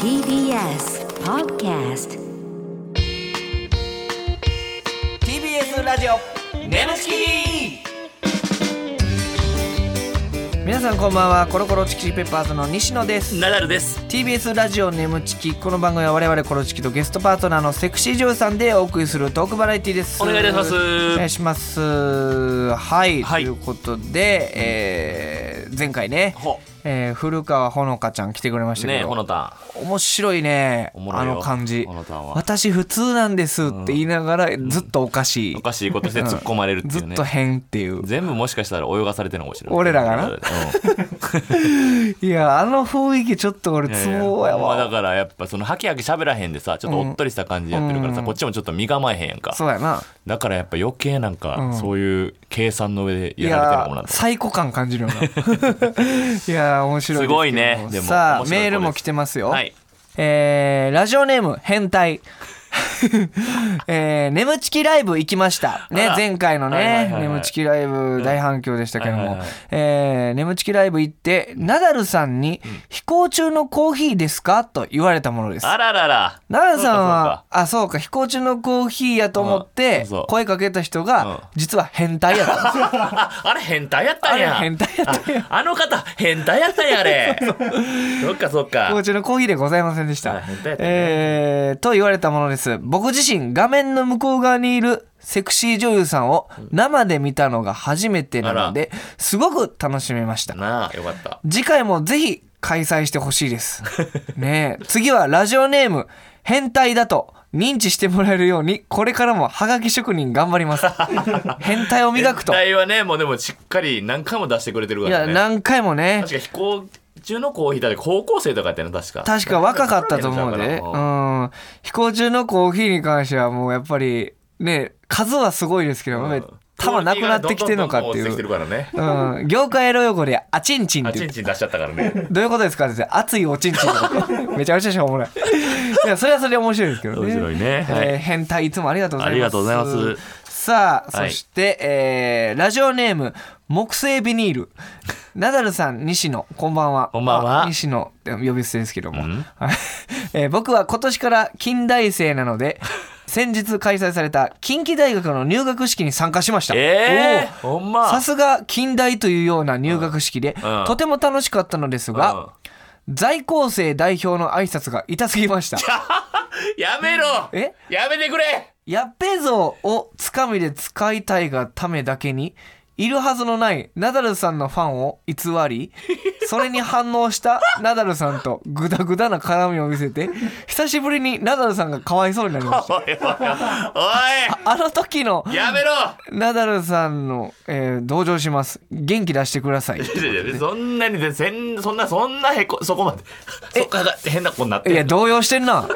TBS Podcast TBS ラジオネムチキ皆さんこんばんはコロコロチキチキペッパーズの西野ですナダルです。 TBS ラジオネムチキこの番組は我々コロチキとゲストパートナーのセクシー女優さんでお送りするトークバラエティですお願いいたしますお願いしますはい、はいということで、えー前回ねほ、えー古川ほのかちゃん来てくれましたけねえ、ど、ほのた。面白いねおもろあいよの感じほのたんは私普通なんですって言いながらずっとおかしい、おかしいことして突っ込まれるっていうずっねと。変っていう全部もしかしたら泳がされてるのかもしれない。俺らがなうん。いやあの雰囲気ちょっと俺ツボやまあだわからやっぱそのハキハキ喋らへんでさ、ちょっとおっとりした感じでやってるからさ、こっちもちょっと身構えへんやんか。そうやなだからやっぱ余計なんか、そういう計算の上でいやられてるのかもなやと。最高感感じ るよないや面白いですけどすごいねでもさあ面白い子メールもで来すてますよ、はいえーラジオネーム変態 えー、眠ちきライブ行きましたねあら前回のはいはねいはいはい眠ちきライブ大反響でしたけどはいはもいはいえー眠ちきライブ行ってナダルさんに「飛行中のコーヒーですか?」と言われたものですあららら。ナダルさんはそあそうか飛行中のコーヒーやと思ってうんそう声かけた人うんが実は変態 やったんですよ ああれ変態やったんや。あれ変態やったんやああの方、変態やったんや、あれ。そっかそっ飛行か。中のコーヒーでございませんでした、 はい変態やったねえーと言われたものです僕自身画面の向こう側にいるセクシー女優さんを生で見たのが初めてなのですごく楽しめましたなあ、よかった。次回もぜひ開催してほしい です。ねえ。次はラジオネーム、変態だと認知してもらえるように、これからもハガキ職人頑張り ます。変態を磨くと。変い態はね、もうでもしっかり何回も出してくれてるからや、ね。何回もね確、か飛行中のコーヒーだって高校生とかやったよな、確か。確か若かったと思うで、ううんん。飛行中のコーヒーに関してはもうやっぱり、ね、数はすごいですけど、たまなくなってきてるのかっていどんどんどんどん落ちてきう。てるからね。うん、業界エロ汚れ、あちんちんっあて言ちってんちん出しちゃったからね。どういうことですかって言って熱いおちんちんの ことめちゃめちゃしょうもない。いや、それはそれで面白いですけどね。面白いねはいえー変態いつもありがとうございます。ありがとうございます。さあ、そはいして、えーラジオネーム、木製ビニール。ナダルさん、西野、こんばんは。こんばんはあ西野って呼び捨てですけども。んえー僕は今年から近代生なので、先日開催された近畿大学の入学式に参加しました。ええおーほんま。さすが近代というような入学式で、うんうんとても楽しかったのですが、在校生代表の挨拶が痛すぎました。うんやめろえやめてくれやっべえぞをつかみで使いたいがためだけに、いるはずのないナダルさんのファンを偽り、それに反応したナダルさんとグダグダな絡みを見せて、久しぶりにナダルさんがかわいそうになりましおいおいおいた。あの時のおいやめろナダルさんの、えー同情します。元気出してください。いやいやそんなに全然、そんな、そんなへこ、そこまで。そっから変なことになっているや、動揺してんな。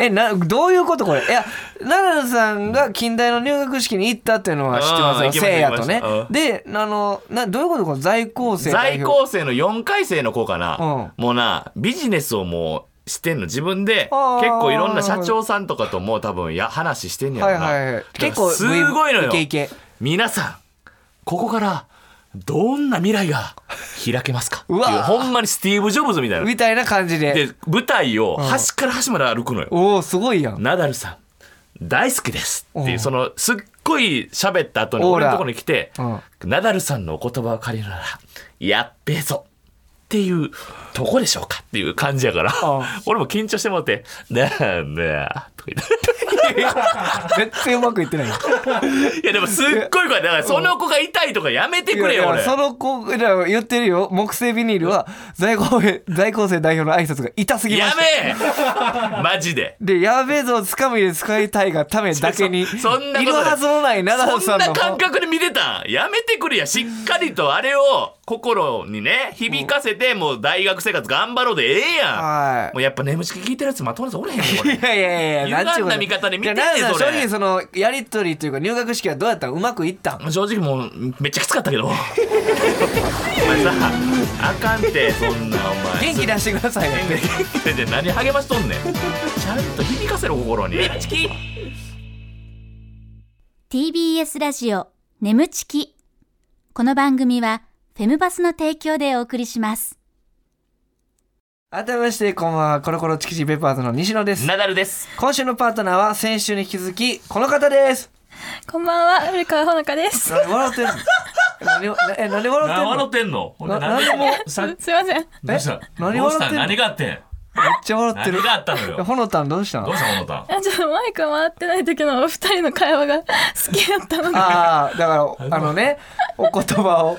え、な、どういうことこれ。いや、ナダルさんが近代の入学式に行ったっていうのは知ってますあーよ。行きましたせいやとね行き。まで、あの、な、どういうことこの在校生代在表校生の4回生の子かな、もうなビジネスをもうしてんの自分で結あー構いろんな社長さんとかとも多分や話してんねやはろいな、はいはい。結結構、構すごいのよイケイケ。皆さんここからどんな未来が開けますかうわーっていうほんまにスティーブ・ジョブズみたいなみたいな感じで。で舞台を端から端まで歩くのよ、おおすごいやん。ナダルさん大好きですっておいううそのすっごい喋った後にオー俺ラのところに来て、うんナダルさんのお言葉を借りるならやっべえぞっていうとこでしょうかっていう感じやからうん 俺も緊張してもらって「なんだよ」とか言って。 全然うまくいってないよ。いやでもすっごい怖いだからその子が痛いとかやめてくれいやいよや俺その子が言ってるよ。木製ビニールは、在校生、在校生代表の挨拶が痛すぎまやした。めえマジでで、やべえぞ、つかみで使いたいがためだけに、いそそんなことないるはずのないナダルそさんんのなファン感覚で見てたんやめてくれやしっかりとあれを心にね響かせてもう大学生活頑張ろうでええはやいんもうやっぱ眠ちき聞いてるやつまともなやつおれへんねん こいれやいやいや、ちゅうこと歪んだ見方で見じゃてあねナダルさんそれ正直その、やりとりというか、入学式はどうやったんうまくいったん正直もうめっちゃきつかった けどお前さあかんてそんなお前元気出してくださいね。 元気で何励ましとんねんちゃんと響かせろ心に眠ちき TBS ラジオ眠ちきこの番組はフェムバスの提供でお送りします改めましてこんばんはコロコロチキチペッパーズの西野ですナダルです。今週のパートナーは先週に引き続きこの方ですこんばんは、古川ほのかで す。何笑ってんの何をえ何笑ってんなの笑めっってんのほんでな何でもさすいません。どうした何どうし笑ったてんの何があってんちゃ笑って何るがあったのよ。ほのたんどうしたどのうしたほのたん。あちょっとマイク回ってない時のお二人の会話が 好きだったので。ああだからあのねお言葉を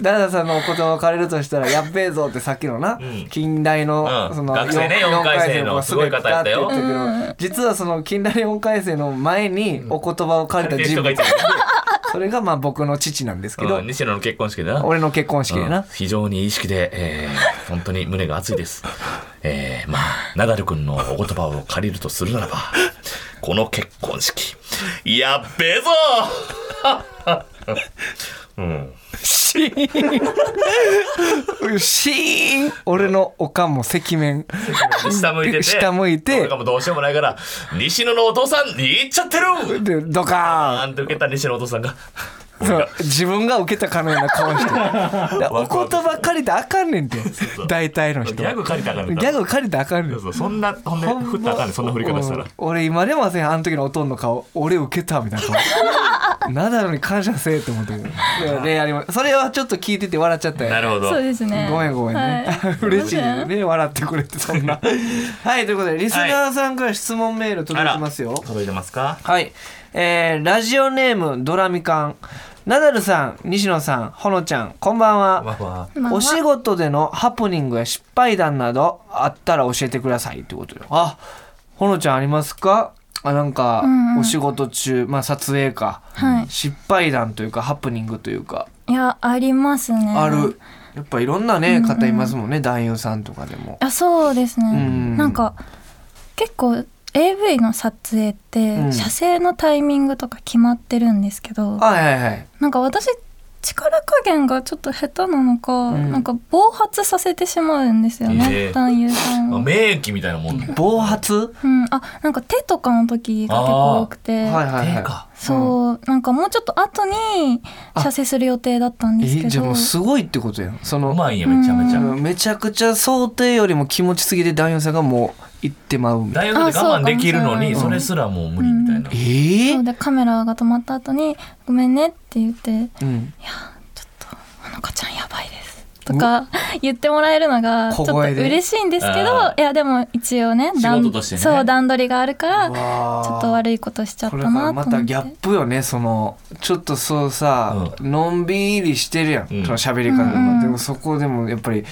ダダさんのお言葉を借りるとしたら「やっべえぞ」ってさっきのな、近代の,、うんその学生ねよん四回生の四すごい方やったよ滑って言ったけど実はその近代4回生の前にお言葉を借りた人物借りてる人それがまあ僕の父なんですけうどん西野の結婚式でな。俺の結婚式でうんな。非常にいい式で、えー本当に胸が熱いです。 えーまあ、ナダル君のお言葉を借りるとするならば、この結婚式、やっべえぞうん。シーンシーン俺のおかんも赤面下向いてて。下向いて俺がもうどうしようもないから、西野のお父さん、に行っちゃってるでドあカんた受けた西野のお父さんが、ーンそう自分が受けたかのような顔 してでおわ言葉借りたらあかんねんてそう大体のギ人ャグ借りたからギャグ借りたらあかんねんそうそんな、ほんで、振ったらあかんねんそんな振り方したらうん。俺今でもせんあの時のおとんの顔俺受けたみたいな 顔ナダルに感謝せえって思ってるいやねありますそれはちょっと聞いてて笑っちゃったよなるほど。そうですね。ごめんごめんね、 嬉しいはよね笑ってくれてそん なはいということでリスナーさんから質問メールあ届いらてますよ届いてますかはい、えーラジオネームドラミカンナダルさん西野さんほのちゃんこんばんはわわこんばんはお仕事でのハプニングや失敗談などあったら教えてくださいってことよあほのちゃんありますかあなんかんうんお仕事中、まあ、撮影か、はい失敗談というかハプニングというかいや、ありますね。ある。やっぱいろんなね方いますもんね、男優さんとかでも。あ、そうですね。んなんか、結構、AV の撮影って、うん写生のタイミングとか決まってるんですけど、はいはいはい。なんか私、力加減がちょっと下手なのか、んなんか暴発させてしまうんですよえね、ー男優さんをあ。名機みたいなもんね。暴発うん、あなんか手とかの時が結構多くて、はいはい手はかい。うん。そう、なんかもうちょっと後に射精する予定だったんですけえどじゃあもうすごいってことやん。そうの、まいんや、めちゃめちあゃ。のめちゃくちゃ想定よりも気持ちすぎて男優さんがもう行ってまうみたい大学で我慢できるのに、あそうそれすらもう無理みたいなな。。ええそうでカメラが止まった後に「ごめんね」って言って「いやうん。ちょっとほのかちゃんやばいです」とか 言ってもらえるのがちょ小っと声で嬉しいんですけあどーいやでも一応ね段仕事としてねそう段取りがあるからうちわーょっと悪いことしちゃっこたれなからまとた思っギャてッ。プよねそのちょっとそうさ、のんびりしてるやん、うんその喋り方が、うんうんでもそこでもやっぱり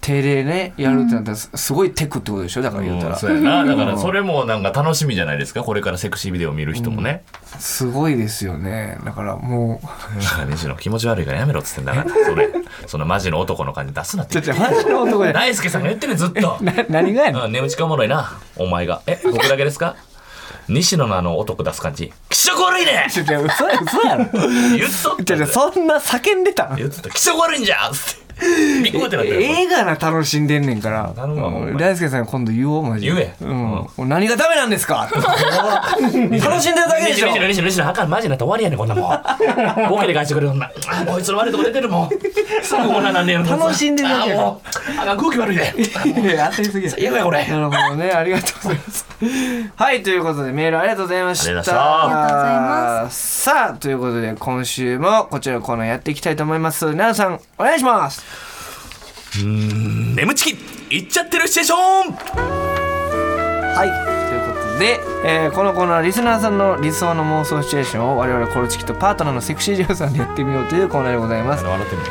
手でねやるってなったらすすごいテクってことでしょだから言うたら、うんそうやな。だから、それもなんか楽しみじゃないですか。これからセクシービデオを見る人もね。すごいですよねだからもう西野気持ち悪いからやめろっつってんだから、 それ。そのマジの男の感じ出すなっちょてっ。とマジの男じゃ ない大輔さんが言ってるずっ と。な何がやねんうん、値打ちかおもろいな。お前が。え、僕だけですか西野のあの男出す感 じ。気色悪いねちょちょ嘘や嘘やろ言っとちったょちょそんな叫んでたん言っとった。気色悪いんじゃんつって。ビッグってなってる。映画な楽しんでんねんから頼むわほんまに大輔さん今度言おうマジで言えうん、何がダメなんです か楽しんでるだけでしょ西野西野西野あかんマジになったら終わりやねんこんなもんボケで返してくれるんなあこいつの悪いとこ出てるもんすぐこんなんなんねやろ楽しんでるだけやあもうあかん空気悪いでいや当たりすぎ最悪やこれなるほどねありがとうございますはいということでメールありがとうございましたありがとうございましたありがとうございますさあということで今週もこちらのコーナーやっていきたいと思います奈良さんお願いします眠ちき行っちゃってるシチュエーショはいということで、えーこのコーナーはリスナーさんの理想の妄想シチュエーションを我々コロチキとパートナーのセクシー女優さんでやってみようというコーナーでございますン笑ってる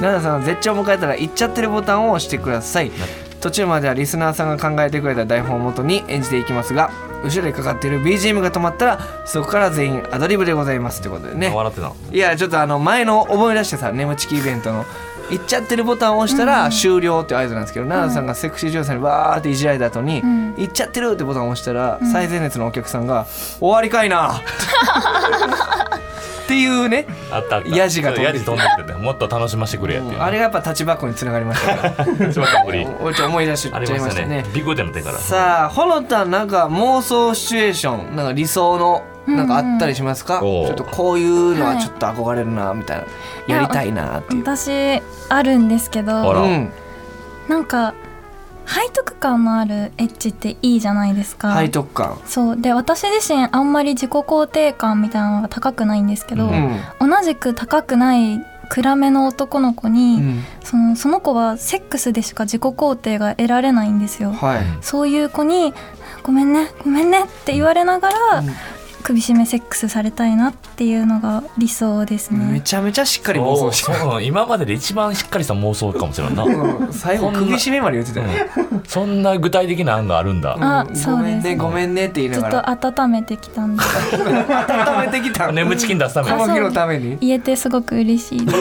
奈々さんは絶頂を迎えたら行っちゃってるボタンを押してください途中まではリスナーさんが考えてくれた台本をもとに演じていきますが後ろでかかっている BGM が止まったらそこから全員アドリブでございますということでね笑ってたのいやちょっとあの前の思い出してさ眠ちきイベントの行っちゃってるボタンを押したら終了っていう合図なんですけど奈々さんがセクシー女優さんにわーっていじられた後にん行っちゃってるってボタンを押したら最前列のお客さんが終わりかいなっていうねあったあったヤジが飛んできて飛んできてもっと楽しませてくれやってあれがやっぱタッチバックにつながりましたからちょっと無理おちょ思い出しちゃいましたねビッグってなってからさあほのたんなんか妄想シチュエーションなんか理想のなんかあったりしますか、おうちょっとこういうのはちょっと憧れるなみたいな、いやりたいなっていう私あるんですけあらどうんなんか背徳感のあるエッチっていいじゃないですか背徳感そうで私自身あんまり自己肯定感みたいなのが高くないんですけど、ううん同じく高くない暗めの男の子うに、んそのその子はセックスでしか自己肯定が得られないんですよはいそういう子に「ごめんねごめんね」って言われながら、首絞めセックスされたいなっていうのが理想ですうんめね。ちゃめちゃしっかり妄想してそうそう今までで一番しっかりした妄想かもしれんな、うんうん最後こんな首絞めまで言ってたよそんな具体的な案があるんだあうんそうですねごめんねごめんねって言いずなっがとら温めてき たんで温めてきた眠ちきん出すためこの日のために言えてすごく嬉しいです。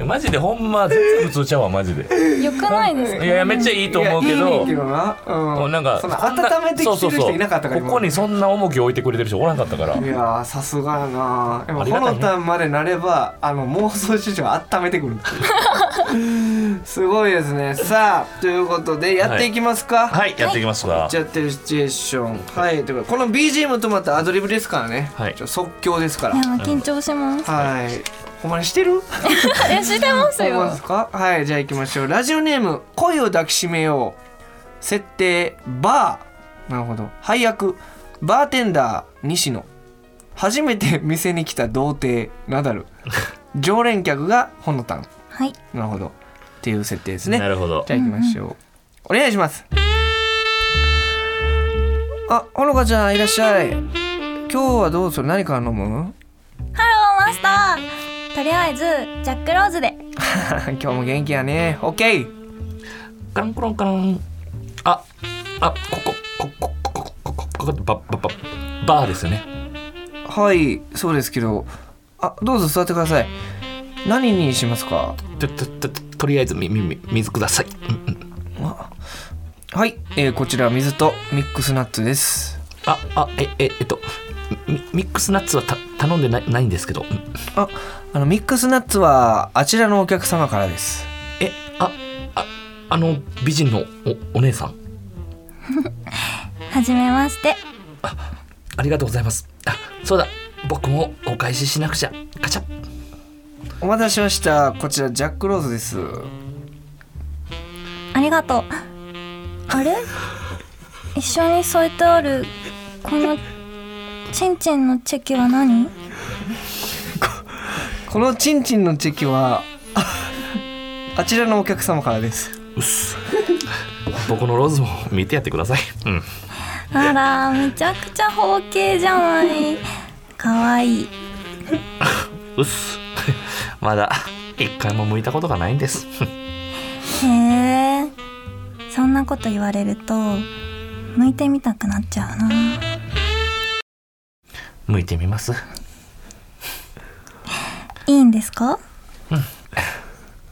にマジでほんま全然普通ちゃうわマジでよくないですか、いやいやめっちゃいいと思うけいやいいねどんけどなもううんなんかそのこんな温めてきてる人いなかったからそうそうここにそんな重きを置いてくれてる人おらんかったからいやーさすがやなやっぱありがほたいねのたんまでなればあの妄想市場が温めてくるっていう すごいですねさあということでやっていきますか、はいやっていきますかやっちゃってるシチュエーションはいということでこの BGM とまたアドリブですからね、はいちょ即興ですからいや緊張します。はいほんまにしてる えしてます思いよま。すかはいじゃあ行きましょうラジオネーム「恋を抱きしめよう」設定バーなるほど配役バーテンダー西野初めて 店に来た童貞ナダル常連客がほのたんはい。なるほどっていう設定ですねなるほどじゃあ行きましょう、お願いしますあほのかちゃんいらっしゃい今日はどうする何から飲む ハローマスター。とりあえずジャックローズで。今日も元気やね OK カランコロンカランああこここここここここここババババーですよねはい、そうですけど。あ、どうぞ座ってください。何にしますかとととととりあえずみみみ水くださいうんうんはい、えーこちら水とミックスナッツです。ああえええっとミミックスナッツはた頼んでないないんですけどうんあ、あの、ミックスナッツはあちらのお客様からです。えあああの美人のおお姉さんはじめまして。ありがとうございますあそうだ僕もお返ししなくちゃガチャお待たせしました。こちらジャックローズです。ありがとう。あれ一緒に添えてあるこのチンチンのチェキは何このチンチンのチェキは、ああちらのお客様からです。うっす僕のローズも 見てやってくださいうんあらめちゃくちゃ方形じゃない。かわいい。うっす まだ一回も向いたことがないんです へえ。そんなこと言われると向いてみたくなっちゃうな。向いてみますいいんですか？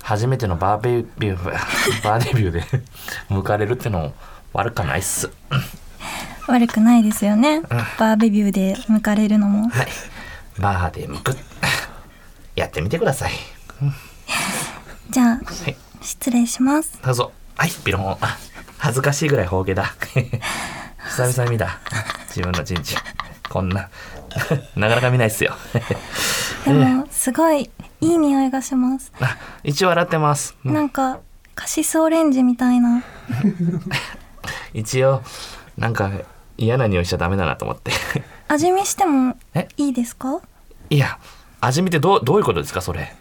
初めてのバーベビュー バーデビューで向かれるってのも悪かないっす悪くないですよね。バーベビューで向かれるのも。はいバーで向く やってみてくださいじゃあはい失礼します。どうぞはいビローンあ恥ずかしいぐらい方形だ 久々に見た自分の陣地こんな なかなか見ないっすよ でもすごいいい匂いがします。あ一応洗ってますなんかカシスオレンジみたいな。一応なんか嫌な匂いしちゃダメだなと思って 味見してもえいいですか？いや味見ってどうどういうことですかそれ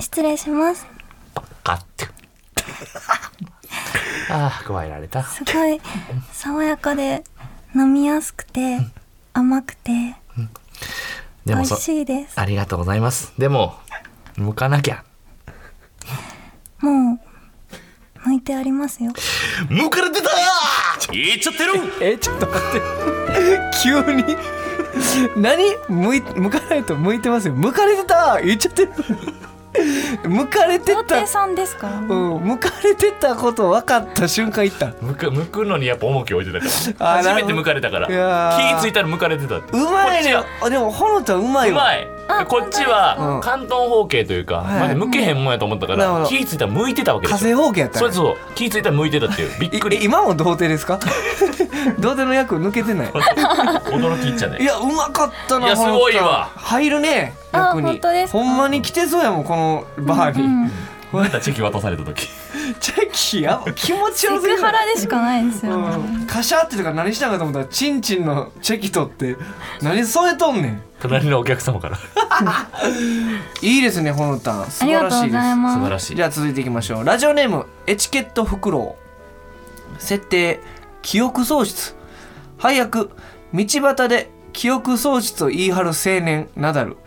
失礼します。ガッて ああ加えられたすごい爽やかで飲みやすくて甘くてで美も味そしいです。ありがとうございますでも向かなきゃもう向いてありますよ。向かれてたいっちゃってるえ、ちょっと待って。急に。何向い向かないと向いてますよ向かれてた言っちゃってる向かれて皇た帝さんですか？うん、向かれてたこと分かった瞬間行った向く向くのにやっぱ重きを置いてたかあーら初なるめほどて向かれたからいやー気ぃついたら向かれてたううまいねこっあでもほのちゃんうまいちはうわまいこっちはうん関東方形というか、はいまだ向けへんもんやと思ったかなるほらど気ぃついたら向いてたわけです風よ方形やったそねうそう気ぃついたら向いてたっていうびっくいりえ今も童貞ですか童貞の役抜けてない驚きいっちゃいねやうまかったないやほのちゃんすごいわ入るねあ役に本当ですかほんまに来てそうやもんこのバーに、うん 俺たちチェキ渡された時チェキやば気持ちセ悪すぎクハないラでしかないですよ、ねうんカシャってとか何したんかと思ったらチンチンのチェキ取って何添えとんねん隣のお客様からいいですねほのたん素あり晴がらとうしいでごすざい素晴まらすしいじゃあ続いていきましょうラジオネームエチケットフクロウ設定記憶喪失早く道端で記憶喪失を言い張る青年ナダル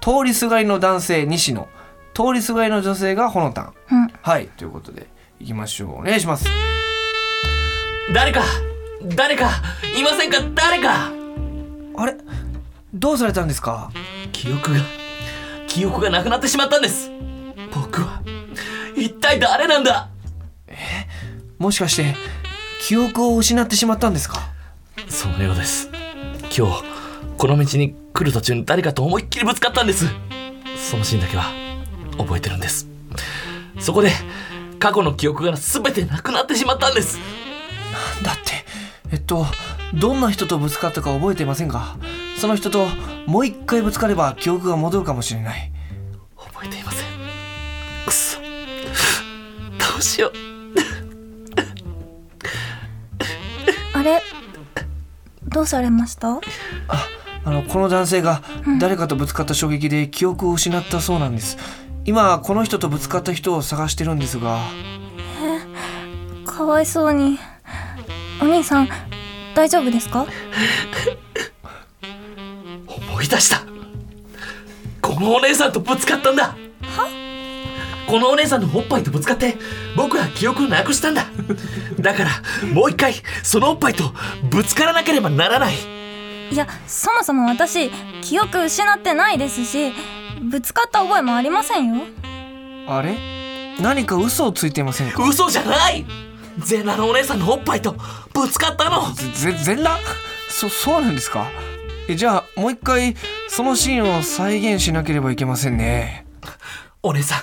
通りすがりの男性西野通りすがりの女性がほのたん、うんはいということでいきましょうお願いします誰か誰かいませんか誰かあれどうされたんですか記憶が記憶がなくなってしまったんです僕は一体誰なんだもしかして記憶を失ってしまったんですかそのようです今日この道に来る途中に誰かと思いっきりぶつかったんですそのシーンだけは覚えてるんですそこで過去の記憶が全てなくなってしまったんですだってえっとどんな人とぶつかったか覚えていませんがその人ともう一回ぶつかれば記憶が戻るかもしれない覚えていませんくそどうしようあれどうされましたあのこの男性が誰かとぶつかった衝撃で記憶を失ったそうなんです今この人とぶつかった人を探してるんですがかわいそうにお兄さん大丈夫ですか思い出したこのお姉さんとぶつかったんだこのお姉さんのおっぱいとぶつかって僕は記憶をなくしたんだだからもう一回そのおっぱいとぶつからなければならないいやそもそも私記憶失ってないですしぶつかった覚えもありませんよあれ何か嘘をついていませんか嘘じゃないゼナのお姉さんのおっぱいとぶつかったのぜ全裸そそうなんですかえじゃあもう一回そのシーンを再現しなければいけませんねお姉さん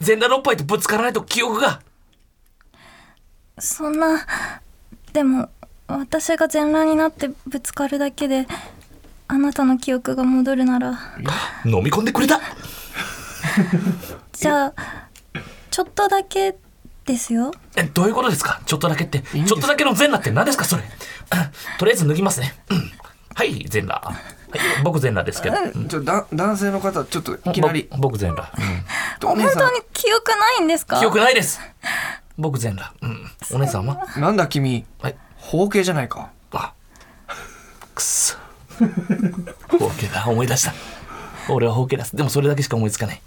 ゼナのおっぱいとぶつからないと記憶がそんなでも私が全裸になってぶつかるだけであなたの記憶が戻るなら飲み込んでくれたじゃあちょっとだけですよえどういうことですかちょっとだけっていんですちょっとだけの全裸って何です かそれとりあえず脱ぎますね、うん、はい全裸、はい、僕全裸ですけど、うんちょだ男性の方ちょっといきなりぼ僕全裸、お本姉さ当に記憶ないんですうんか記憶ないです僕全裸、うん、お姉さんはんなんだ君はい包茎じゃないかあく っそ包茎だ思い出した俺は包茎だでもそれだけしか思いつかない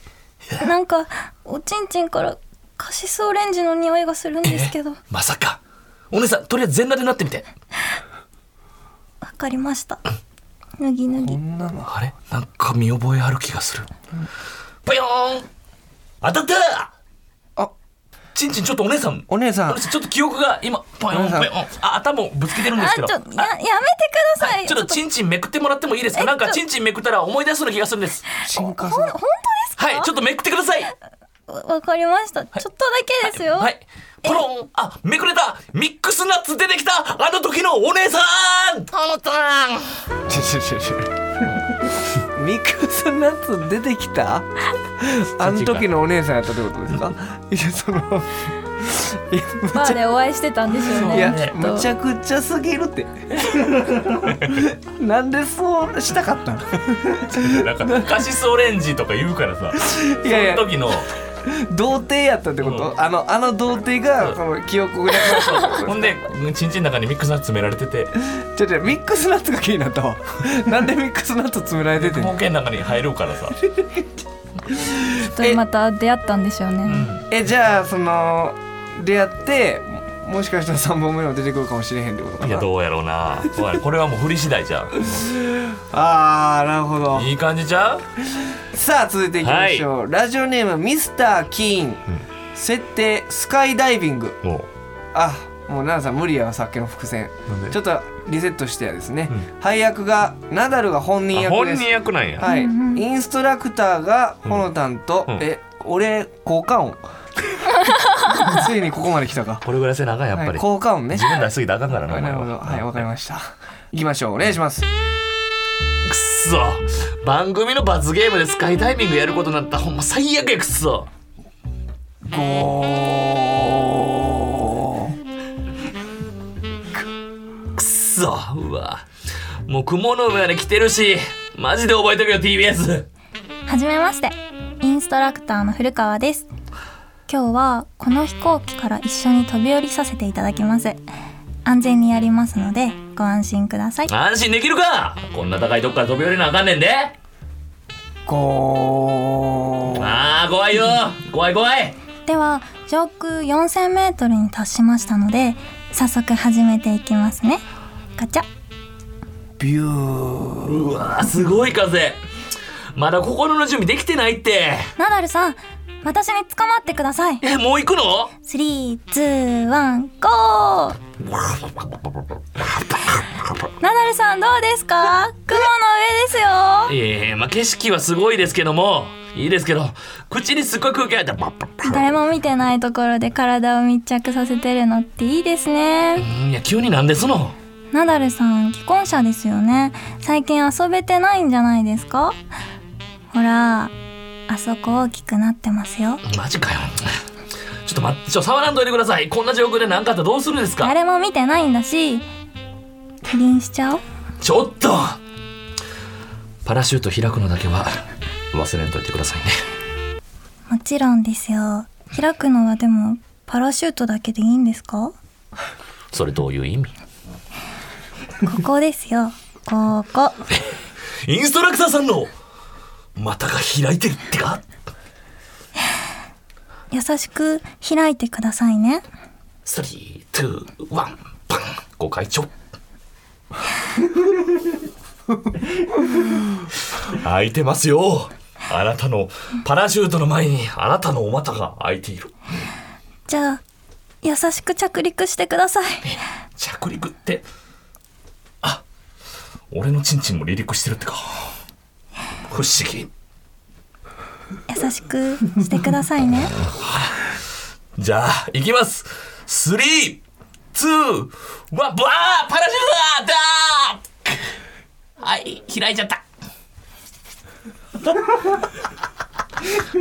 なんかおちんちんからカシスオレンジの匂いがするんですけどわまさかお姉さんとりあえず全裸でなってみてかり ました脱ぎ脱ぎ女のあれなんか見覚えある気がするぽよーん当たったあちんちんちょっとお姉さんお姉さんあのちょっと記憶が今ポヨンポヨンあ頭をぶつけてるんであすちけょどややめてくだあさはいいちょっとちんちんめくってもらってもいいですかえなんかちちんちんめくったら思い出すような気がするんです進化すほんる本はいちょっとめくってください当わわかりましたちょっとだけですよ、はいポロンあめくれたミックスナッツ出てきたあの時のお姉さんあのたんちょちょちょちょミックスナッツ出てき たあの時のお姉さんやったってことですかいやそのいやむバちーでお会いしてたんでしょうねいや、きっとむちゃくちゃすぎる って。なんでそうしたかったの。 なんかカシスオレンジとか言うからさいやいや、時の童貞やったってこと、うあの、あの童貞が、この記憶をなくなったってこほと。んでちんちんの中にミックスナッツ詰められててちょちょ、ミックスナッツが気になった わ。なんでミックスナッツ詰められててん冒の。険の中に入るからさきっとまた出会ったんでしょうね、え、じゃあ、その、出会って、もしかしたら三本目の出てくるかもしれへんってことかいやな。どうやろうなおいこれはもう振り次第じゃんあー、なるほど。いい感じじゃんさあ続いていきましょう、ラジオネームミスター・キーン、設定スカイダイビングもあもう奈々さん無理やわさっきの伏線うなんでちょっとリセットしてやですね、配役がナダルが本人あ役本です人役なんや、はい、インストラクターがほのたんと、うんえ俺効果 音ついにここまで来たかこれぐらいせなあかんやっぱはいり、効果音ね自分出しすぎたらあかんからなおな前るほどはいわかりました行きましょうお願いしますくっそ番組の罰ゲームでスカイダイビングやることになったほんま最悪やくっそこくっそ、うわ。もう雲の上まで来てるし、マジで覚えとけよ TBS。はじめましてインストラクターの古川です今日はこの飛行機から一緒に飛び降りさせていただきます安全にやりますのでご安心ください安心できるかこんな高いとこから飛び降りなあかんねんで。こあー、怖いよ。怖い怖い。では上空4000メートルに達しましたので早速始めていきますねガチャビューうわすごい風。まだ心の準備できてないって。ナダルさん私に捕まってくださいえ、もう行くの3、2、1、ゴーナダルさんどうですか雲の上ですよいやいやまあ、景色はすごいですけども、いいですけど、口にすっごい空気入った。誰も見てないところで体を密着させてるのっていいですねうんいや、急になんですのナダルさん既婚者ですよね最近遊べてないんじゃないですかほらあそこ大きくなってますよマジかよ。ちょっと待って、ちょ、触らんといてください。こんな状況で何かあったらどうするんですか誰も見てないんだし不倫しちゃおうちょっとパラシュート開くのだけは忘れんといてくださいね。もちろんですよ開くのはでもパラシュートだけでいいんですかそれどういう意味ここですよここインストラクターさんの股が開いてるってか優しく開いてくださいね3、2、1、パンご会長開いてますよあなたのパラシュートの前にあなたのお股が開いているじゃあ優しく着陸してください着陸ってあ俺のチンチンも離陸してるってか不思議優しくしてくださいねじゃあ行きます321わばあパラシュートだだーはい開いちゃった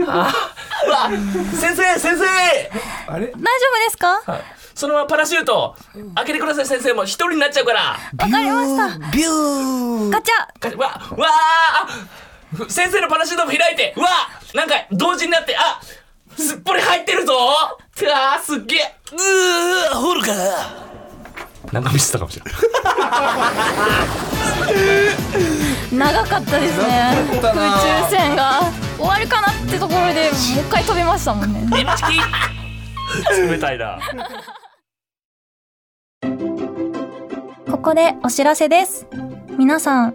あわ先生先生あれ大丈夫ですかわかそのままパラシュート開けてください先生もう一人になっちゃうからりましたビューガチャかわわあふ先生のパラシュートも開いてわあなんか同時になってあすっぽり入ってるぞあーすっげえうーホルかなんか見せたかもしれない長かったですね長かったな宇宙船が終わるかなってところでもう一回飛びましたもんね冷たいなここでお知らせです皆さんウ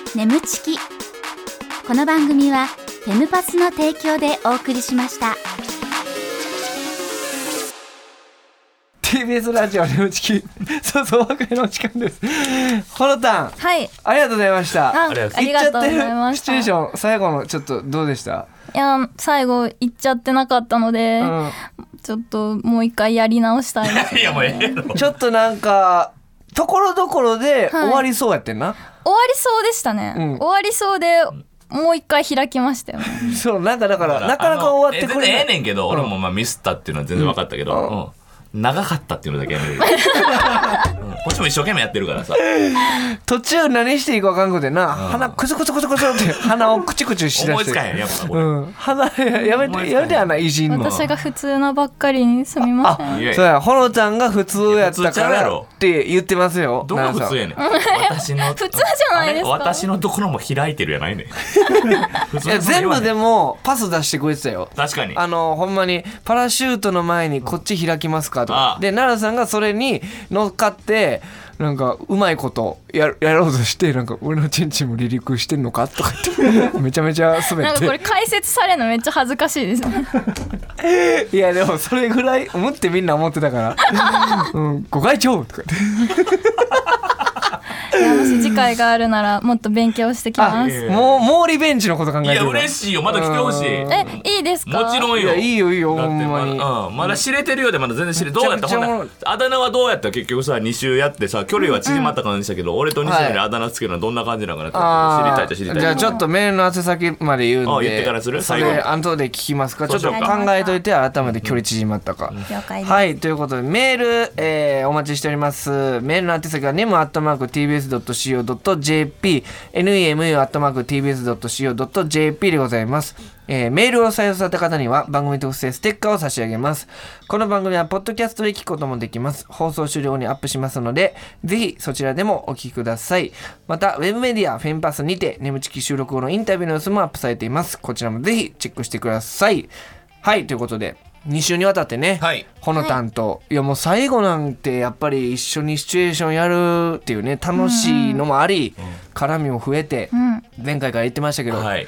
眠ちきこの番組はフェムパスの提供でお送りしました TBS ラジオのうちき そうそうお別れの時間ですホロタンはいありがとうございましたありがとうございますありがとうござい行っちゃってまるしシチュたエーション最後のちょっとどうでした、いや最後行っちゃってなかったので、ちょっともう一回やり直し たいで す、いやもうええのうん、ちょっとなんかところどころで終わりそうやってんな、終わりそうでしたね、うん終わりそうでもう一回開きましたよねそうなんかだからなかなか終わってくれあのえ全然ないええねんけど、俺もまあミスったっていうのは全然分かったけど、うん長かったっていうのだけやめ る、うんこっちも一生懸命やってるからさ途中何していいかわかんくてな、鼻クツクツクツクツ って鼻をクチュクチュしだして思いつかへんやっぱこれ、うん鼻ややめ思いつかへてんやめてあんないじんの私が普通なばっかりにすみませんいやいそうややほのちゃんが普通やったいや普通ちゃかうやらろって言ってますよどこ普通やねん 私の普通じゃないですかあれ私のところも開いてるやないねん普通いやのとこ全言わへ部んでもパス出してくれてたよ確かにあのほんまにパラシュートの前にこっち開きますかとかあで奈良さんがそれに乗っかってでなんかうまいことややろうとしてなんか俺のチンチンも離陸してんのか とか言ってめちゃめちゃ滑なんっかこれ解説されるのめっちゃ恥ずかしいです ねていやでもそれぐらい思ってみんな思って たから「うん、ご会長!」とか言っていやもし次回があるならもっと勉強してきあますもうもうリベンジのこと考えいてるやから嬉しいよまだ来てほしいえいいですかもちろんいやよいいよいいよだってほんまにまだうんまだ知れてるようでまだ全然知れどうやっためちゃほくんなちゃおもろらいあだ名はどうやった結局さ2週やってさ距離は縮まった感じでしたけど、俺と西野にあだ名つけるのはどんな感じなのかなってあー知りたいじゃ知りたいじゃあちょっとメールの宛先まで言うんあで言ってからするそれ最後後で聞きますかちそょうっしよとう考かえといて改めて距離縮まったか、了解です。はいということでメール、えーお待ちしておりますメールの宛先は nemu.tbs.co.jp nemu.tbs.co.jp でございますえーメールを採用された方には番組特製ステッカーを差し上げますこの番組はポッドキャストで聞くこともできます放送終了後にアップしますのでぜひそちらでもお聞きくださいまたウェブメディアフェンパスにて眠ちき収録後のインタビューの様子もアップされていますこちらもぜひチェックしてくださいはいということで2週にわたってね、はいほのたんと、い、やもう最後なんてやっぱり一緒にシチュエーションやるっていうね楽しいのもあり、絡みも増えて、前回から言ってましたけど、はい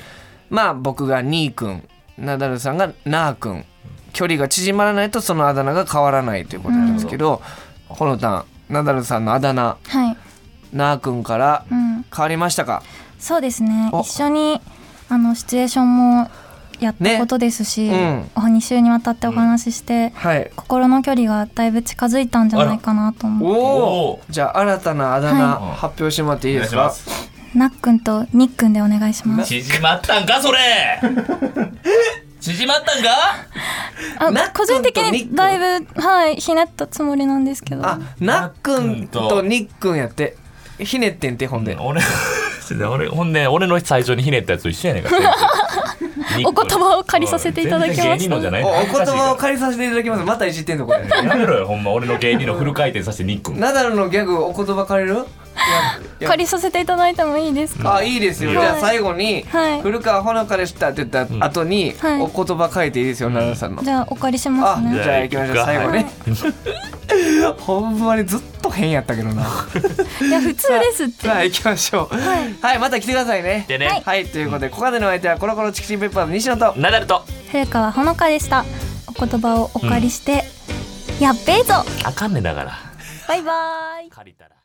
まあ僕がニー君ナダルさんがナー君距離が縮まらないとそのあだ名が変わらないということなんですけど、ほのたんナダルさんのあだ名はい。ナー君からうん。変わりましたか、そうですね。お一緒にあのシチュエーションもやったねことですし、うんお2週にわたってお話しして、はい心の距離がだいぶ近づいたんじゃないかなと思う。おおおじゃあ新たなあだ名はい発表してもらっていいおで願いすしか、ますなっくんとにっくんでお願いします。縮まったんか それ縮まったんかあなっくんと個人的にっくんにだいぶはいひねったつもりなんですけど。あなっくんとにっくんやってひねってんてほんで、俺俺 ほんで俺の最初にひねったやつと一緒 やねんから全然お言葉を借りさせていただきました全然芸人のじゃないおお言葉を借借りさせていただきますまたいじってんのこれりやめろよほんま俺の芸人のフル回転させてニックンナダルのギャグお言葉借りるいやいや借りさせていただいてもいいですかあいいですよ、いいよじゃあ最後に、はい古川ほのかでしたって言った後に、はいお言葉書いていいですよ奈良さんの、じゃあお借りしますあね。じゃあ行きましょう最後ね、ほんまにずっと変やったけどないや普通ですって。さあ行きましょうはい、また来てくださいねでねはい、ということでここまでのお相手はコロコロチキチキペッパーの西野とナダルと古川ほのかでした。お言葉をお借りして、やっべえぞ。あかんねんだからバイバーイ。借りたら